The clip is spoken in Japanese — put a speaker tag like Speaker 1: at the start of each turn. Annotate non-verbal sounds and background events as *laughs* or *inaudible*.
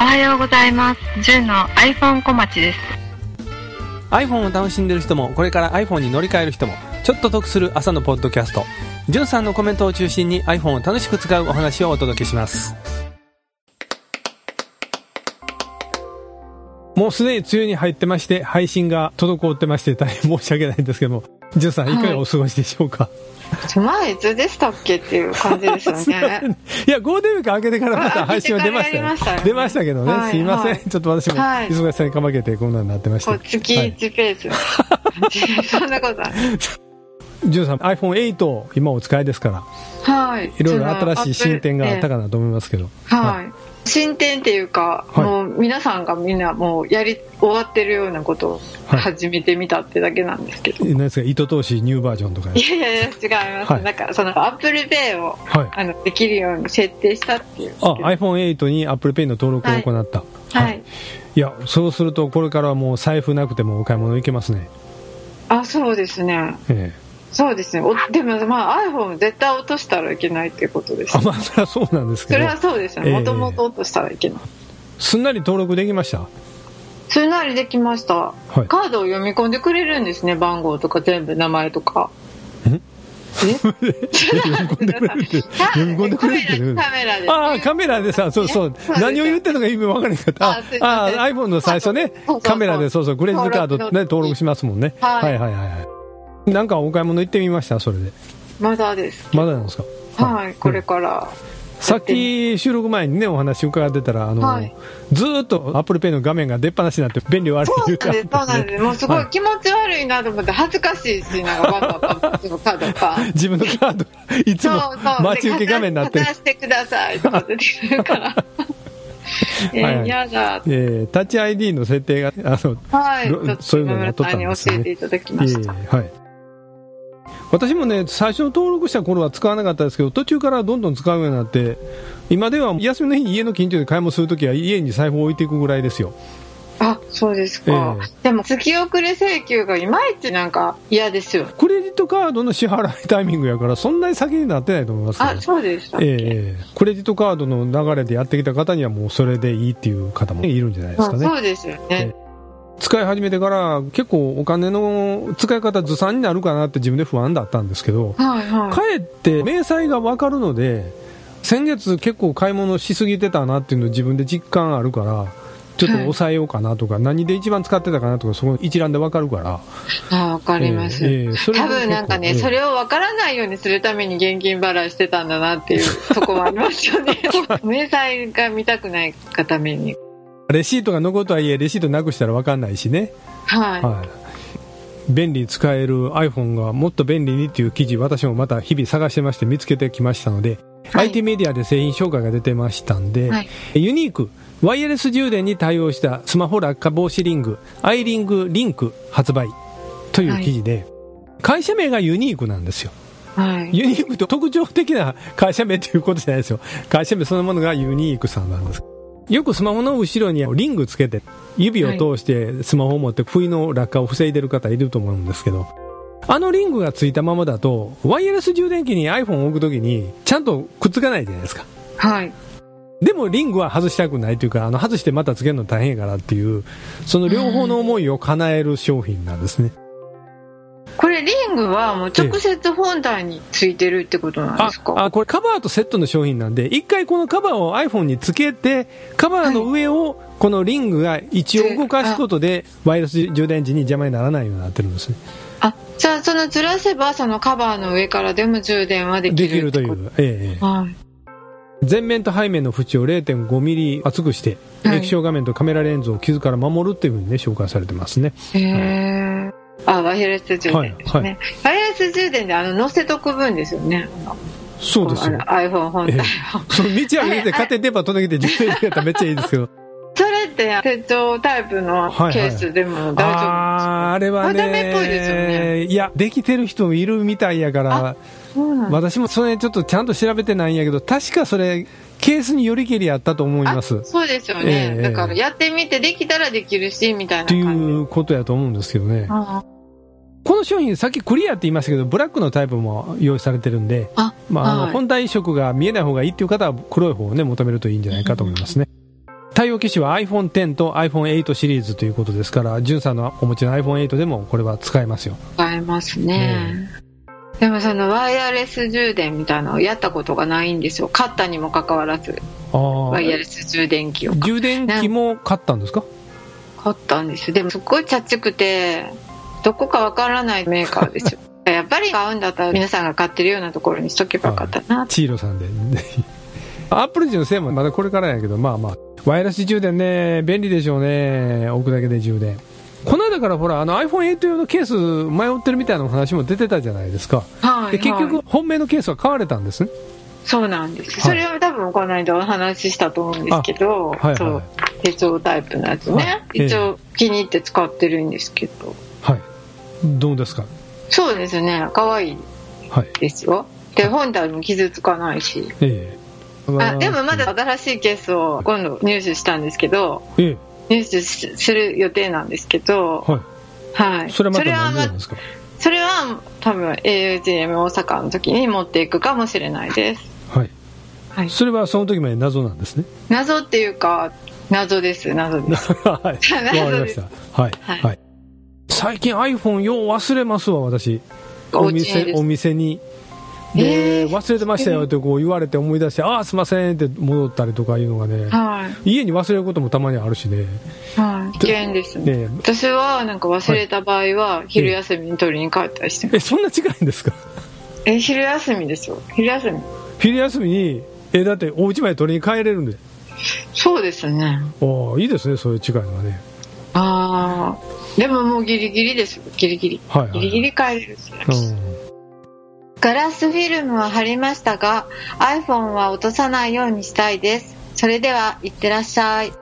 Speaker 1: おはようございます。ジュンの iPhone 小町です。
Speaker 2: iPhone を楽しんでる人もこれから iPhone に乗り換える人もちょっと得する朝のポッドキャストじゅんさんのコメントを中心に iPhone を楽しく使うお話をお届けします
Speaker 3: もうすでに梅雨に入ってまして、配信が滞ってまして、大変申し訳ないんですけども、ジュンさん、いかがお過ごしでしょうか、
Speaker 4: 前いつでしたっけっていう感
Speaker 3: *laughs*
Speaker 4: じですよ
Speaker 3: すいませ
Speaker 4: ね
Speaker 3: んいや、ゴールデンウィーク明けてからまた配信は出ましたよ
Speaker 4: あ明けてからやりましたよね
Speaker 3: 出ましたけどね、
Speaker 4: はい
Speaker 3: すいません、
Speaker 4: はい
Speaker 3: ちょっと私も
Speaker 4: はい
Speaker 3: 忙しさにかまけてこんなになってまして、
Speaker 4: こう月1ペー
Speaker 3: *laughs*
Speaker 4: ス、そんなことない
Speaker 3: ジュンさん、iPhone8 を今お使いですから、
Speaker 4: はい
Speaker 3: いろいろ新しい進展があった
Speaker 4: か
Speaker 3: かなと思いますけど、
Speaker 4: はい、進展っていうか、
Speaker 3: はい
Speaker 4: もう皆さんがみんなもうやり終わってるようなことを
Speaker 3: はい
Speaker 4: 始めてみたってだけなんですけど、
Speaker 3: 何ですか、糸通しニューバージョンとか
Speaker 4: い、、やいやいや違います、
Speaker 3: はい
Speaker 4: なんかそのアップルペイを
Speaker 3: はい、
Speaker 4: あのできるように設定したっていう
Speaker 3: あ iPhone8 に ApplePay の登録を行った、
Speaker 4: はい、
Speaker 3: いや、そうすると、これからはもう財布なくてもお買い物行けますね。
Speaker 4: あそうですね *laughs*
Speaker 3: ええ
Speaker 4: そうですねおでもまあ iPhone 絶対落としたらいけないっていうことです
Speaker 3: あまあ、それはそうなんです
Speaker 4: そ
Speaker 3: け
Speaker 4: れ
Speaker 3: ど
Speaker 4: はそうです
Speaker 3: え
Speaker 4: ね
Speaker 3: え
Speaker 4: もともと落としたらいけない
Speaker 3: すんなり登録できま
Speaker 4: *laughs*
Speaker 3: した
Speaker 4: すんなりできました、
Speaker 3: はい
Speaker 4: カードを読み込んでくれるんですね番号とか全部名前とか
Speaker 3: *laughs* 読み込んでくれるって読み込んでくれるって
Speaker 4: カメラで
Speaker 3: ああカメラでさそうそう
Speaker 4: そうです
Speaker 3: 何を言ってるのか意味分からなかったあ
Speaker 4: あすいま
Speaker 3: あ
Speaker 4: せん
Speaker 3: iPhone の最初ね
Speaker 4: そうそう
Speaker 3: カメラでそうそうクレジットカードね
Speaker 4: 登録の
Speaker 3: 登録しますもんねは
Speaker 4: はいい
Speaker 3: はいはいはいなんかお買い物行ってみましたそれで
Speaker 4: まだです
Speaker 3: まだなんですか
Speaker 4: はい、これ
Speaker 3: うん
Speaker 4: から
Speaker 3: さっき収録前にねお話伺ってたらあの、
Speaker 4: はい
Speaker 3: ずーっと ApplePay の画面が出っ放しになって便利悪い
Speaker 4: そう
Speaker 3: 言うて
Speaker 4: なんです
Speaker 3: あ
Speaker 4: そう
Speaker 3: ったん
Speaker 4: なん
Speaker 3: で
Speaker 4: ですもうすご
Speaker 3: はい
Speaker 4: い気持ち悪いなと思って恥ずかしいしなんかバンバンバンバンそのカードが
Speaker 3: 自分のカードがいつも待ち受け画面になって
Speaker 4: *laughs*
Speaker 3: る
Speaker 4: で片してくださいとか出てくるから
Speaker 3: *laughs*
Speaker 4: え
Speaker 3: はいはい
Speaker 4: ー、やだ
Speaker 3: えー、タッチ ID の設定があの
Speaker 4: はい
Speaker 3: ろ
Speaker 4: ちょっ
Speaker 3: そ
Speaker 4: と
Speaker 3: ういうの
Speaker 4: 今
Speaker 3: にな
Speaker 4: 村
Speaker 3: っとっ
Speaker 4: さ
Speaker 3: た
Speaker 4: ん
Speaker 3: ん
Speaker 4: に
Speaker 3: です
Speaker 4: 教
Speaker 3: ね
Speaker 4: えていただきました、
Speaker 3: ええはい、私もね最初の登録した頃は使わなかったですけど途中からどんどん使うようになって今では休みの日に家の近所で買い物するときは家に財布を置いていくぐらいですよ
Speaker 4: あそうですか、
Speaker 3: え
Speaker 4: でも月遅れ請求がいまいちなんか嫌ですよ
Speaker 3: クレジットカードの支払いタイミングやからそんなに先になってないと思いますけど
Speaker 4: あそうでしたっけ、
Speaker 3: ええええクレジットカードの流れでやってきた方にはもうそれでいいっていう方もいるんじゃないですか
Speaker 4: あ
Speaker 3: ね
Speaker 4: そうですよね、
Speaker 3: 使い始めてから結構お金の使い方ずさんになるかなって自分で不安だったんですけど、
Speaker 4: はいは
Speaker 3: かえって明細が分かるので先月結構買い物しすぎてたなっていうの自分で実感あるからちょっと抑えようかなとか、何で一番使ってたかなとかその一覧で分かるから
Speaker 4: い。あ、わかります。
Speaker 3: ええええそれ
Speaker 4: 多分なんかね、
Speaker 3: 結構
Speaker 4: それをわからないようにするために現金払いしてたんだなっていうとこはあります
Speaker 3: *laughs*
Speaker 4: よね。明細が見たくないがために。
Speaker 3: レシートが残るとはいえレシートなくしたら分かんないしね、
Speaker 4: はい。
Speaker 3: はい、便利使える iPhone がもっと便利にっていう記事私もまた日々探してまして見つけてきましたので、
Speaker 4: はい
Speaker 3: IT メディアで製品紹介が出てましたんで、
Speaker 4: はい
Speaker 3: ユニークワイヤレス充電に対応したスマホ落下防止リングアイリングリンク発売という記事で、会社名がユニークなんですよ
Speaker 4: はい。
Speaker 3: ユニークと特徴的な会社名ということじゃないですよ。会社名そのものがユニークさんなんです。よくスマホの後ろにリングつけて、指を通してスマホを持って不意の落下を防いでる方いると思うんですけど、あのリングがついたままだと、ワイヤレス充電器に iPhone を置くときに、ちゃんとくっつかないじゃないですか。
Speaker 4: はい。
Speaker 3: でもリングは外したくないというか、あの外してまたつけるの大変やからっていう、その両方の思いを叶える商品なんですね。
Speaker 4: これリングはもう直接本体についてるってことなん
Speaker 3: あ
Speaker 4: ですか
Speaker 3: あこれカバーとセットの商品なんで一回このカバーを iPhone につけてカバーの上をこのリングが一応動かすことでワイヤレス充電時に邪魔にならないようになってるんですね
Speaker 4: あ、じゃあそのずらせばそのカバーの上からでも充電はできる
Speaker 3: できるとい
Speaker 4: ってこ
Speaker 3: う、ええ
Speaker 4: と。はい。
Speaker 3: 前面と背面の縁を0 5ミリ厚くして
Speaker 4: はい
Speaker 3: 液晶画面とカメラレンズを傷から守るっていうふうにね紹介されてますね
Speaker 4: へえ。あ、ワイヤレス充電ですね。ワイヤレス充電であの乗せとく分ですよね。
Speaker 3: そうですよ
Speaker 4: あの iPhone 本体を
Speaker 3: え。その道歩いて家庭電波届けて充電してやったらめっちゃいいですけど
Speaker 4: それって手帳タイプのケースでも大丈夫
Speaker 3: あーあれはね
Speaker 4: ダメっぽいですよね
Speaker 3: いやできてる人もいるみたいやから
Speaker 4: そうなんだ
Speaker 3: 私もそれちょっとちゃんと調べてないんやけど確かそれケースによりけりやったと思いますっ
Speaker 4: あそうですよね、
Speaker 3: ええ
Speaker 4: だからやってみてできたらできるしみたいな
Speaker 3: て
Speaker 4: 感じ
Speaker 3: いうことやと思うんですけどね
Speaker 4: あ
Speaker 3: この商品さっきクリアって言いましたけどブラックのタイプも用意されてるんで、
Speaker 4: あ、
Speaker 3: まああの
Speaker 4: はい
Speaker 3: 本体色が見えない方がいいっていう方は黒い方をね求めるといいんじゃないかと思いますね対応機種は iPhone10 と iPhone8 シリーズということですからんさんのお持ちの iPhone8 でもこれは使えますよ
Speaker 4: 使えますね。でもそのワイヤレス充電みたいなのをやったことがないんですよ。買ったにもかかわらず、
Speaker 3: あ
Speaker 4: ワイヤ
Speaker 3: あ
Speaker 4: レス充電器を
Speaker 3: 充電器も買ったんですか
Speaker 4: 買ったんです。でもすっごいちゃっちくて、どこかわからないメーカー *laughs* ですよ。やっぱり買うんだったら皆さんが買ってるようなところにしとけばよかったな。
Speaker 3: チーロさんでアップルジのせいもまだこれからやけどまあまあワイヤレス充電ね便利でしょうね置くだけで充電この間からほらあの iPhone8 用のケース迷ってるみたいなお話も出てたじゃないですか
Speaker 4: はい、
Speaker 3: で結
Speaker 4: はい
Speaker 3: 局本命のケースは買われたんですね
Speaker 4: そうなんです。
Speaker 3: はい
Speaker 4: それは多分この間お話ししたと思うんですけど、
Speaker 3: あはいはい
Speaker 4: そう手帳タイプのやつね、
Speaker 3: はいええ
Speaker 4: 一応気に入って使ってるんですけど、
Speaker 3: はいどうですか
Speaker 4: そうですね、可愛い
Speaker 3: はい
Speaker 4: ですよ。で、本体も傷つかないし。
Speaker 3: ええ
Speaker 4: あでもまだ新しいケースを今度入手したんですけど、
Speaker 3: ええ
Speaker 4: 入手しする予定なんですけど、
Speaker 3: は
Speaker 4: はいい。
Speaker 3: それはまた何で
Speaker 4: そ
Speaker 3: な
Speaker 4: れ
Speaker 3: ん
Speaker 4: は
Speaker 3: ですか
Speaker 4: それは多分 AUGM 大阪の時に持っていくかもしれないです。
Speaker 3: はい、
Speaker 4: はい
Speaker 3: それはその時まで謎なんですね
Speaker 4: 謎っていうか、謎です、謎です。
Speaker 3: はい *laughs* わかりましたはい、は
Speaker 4: はいい
Speaker 3: 最近 iPhone よう忘れますわ私お
Speaker 4: お家にです
Speaker 3: 店お店にで、
Speaker 4: えー
Speaker 3: 忘れてましたよってこう言われて思い出してああすいませんって戻ったりとかいうのがね
Speaker 4: はい。
Speaker 3: 家に忘れることもたまにあるしね
Speaker 4: はい、危険ですね
Speaker 3: ね
Speaker 4: 私はなんか忘れた場合は昼休みに取りに帰ったりしてます
Speaker 3: えそんな近いんですか
Speaker 4: え昼休みですよ昼休み
Speaker 3: 昼休みにえだってお家まで取りに帰れるんで
Speaker 4: そうですね
Speaker 3: ああいいですねそういう近いのはね
Speaker 4: ああでももうギリギリですよギリギリ
Speaker 3: はいはいはい
Speaker 4: ギリギリ帰れるし
Speaker 3: うん
Speaker 4: ガラスフィルムは貼りましたが iPhone は落とさないようにしたいですそれではいってらっしゃい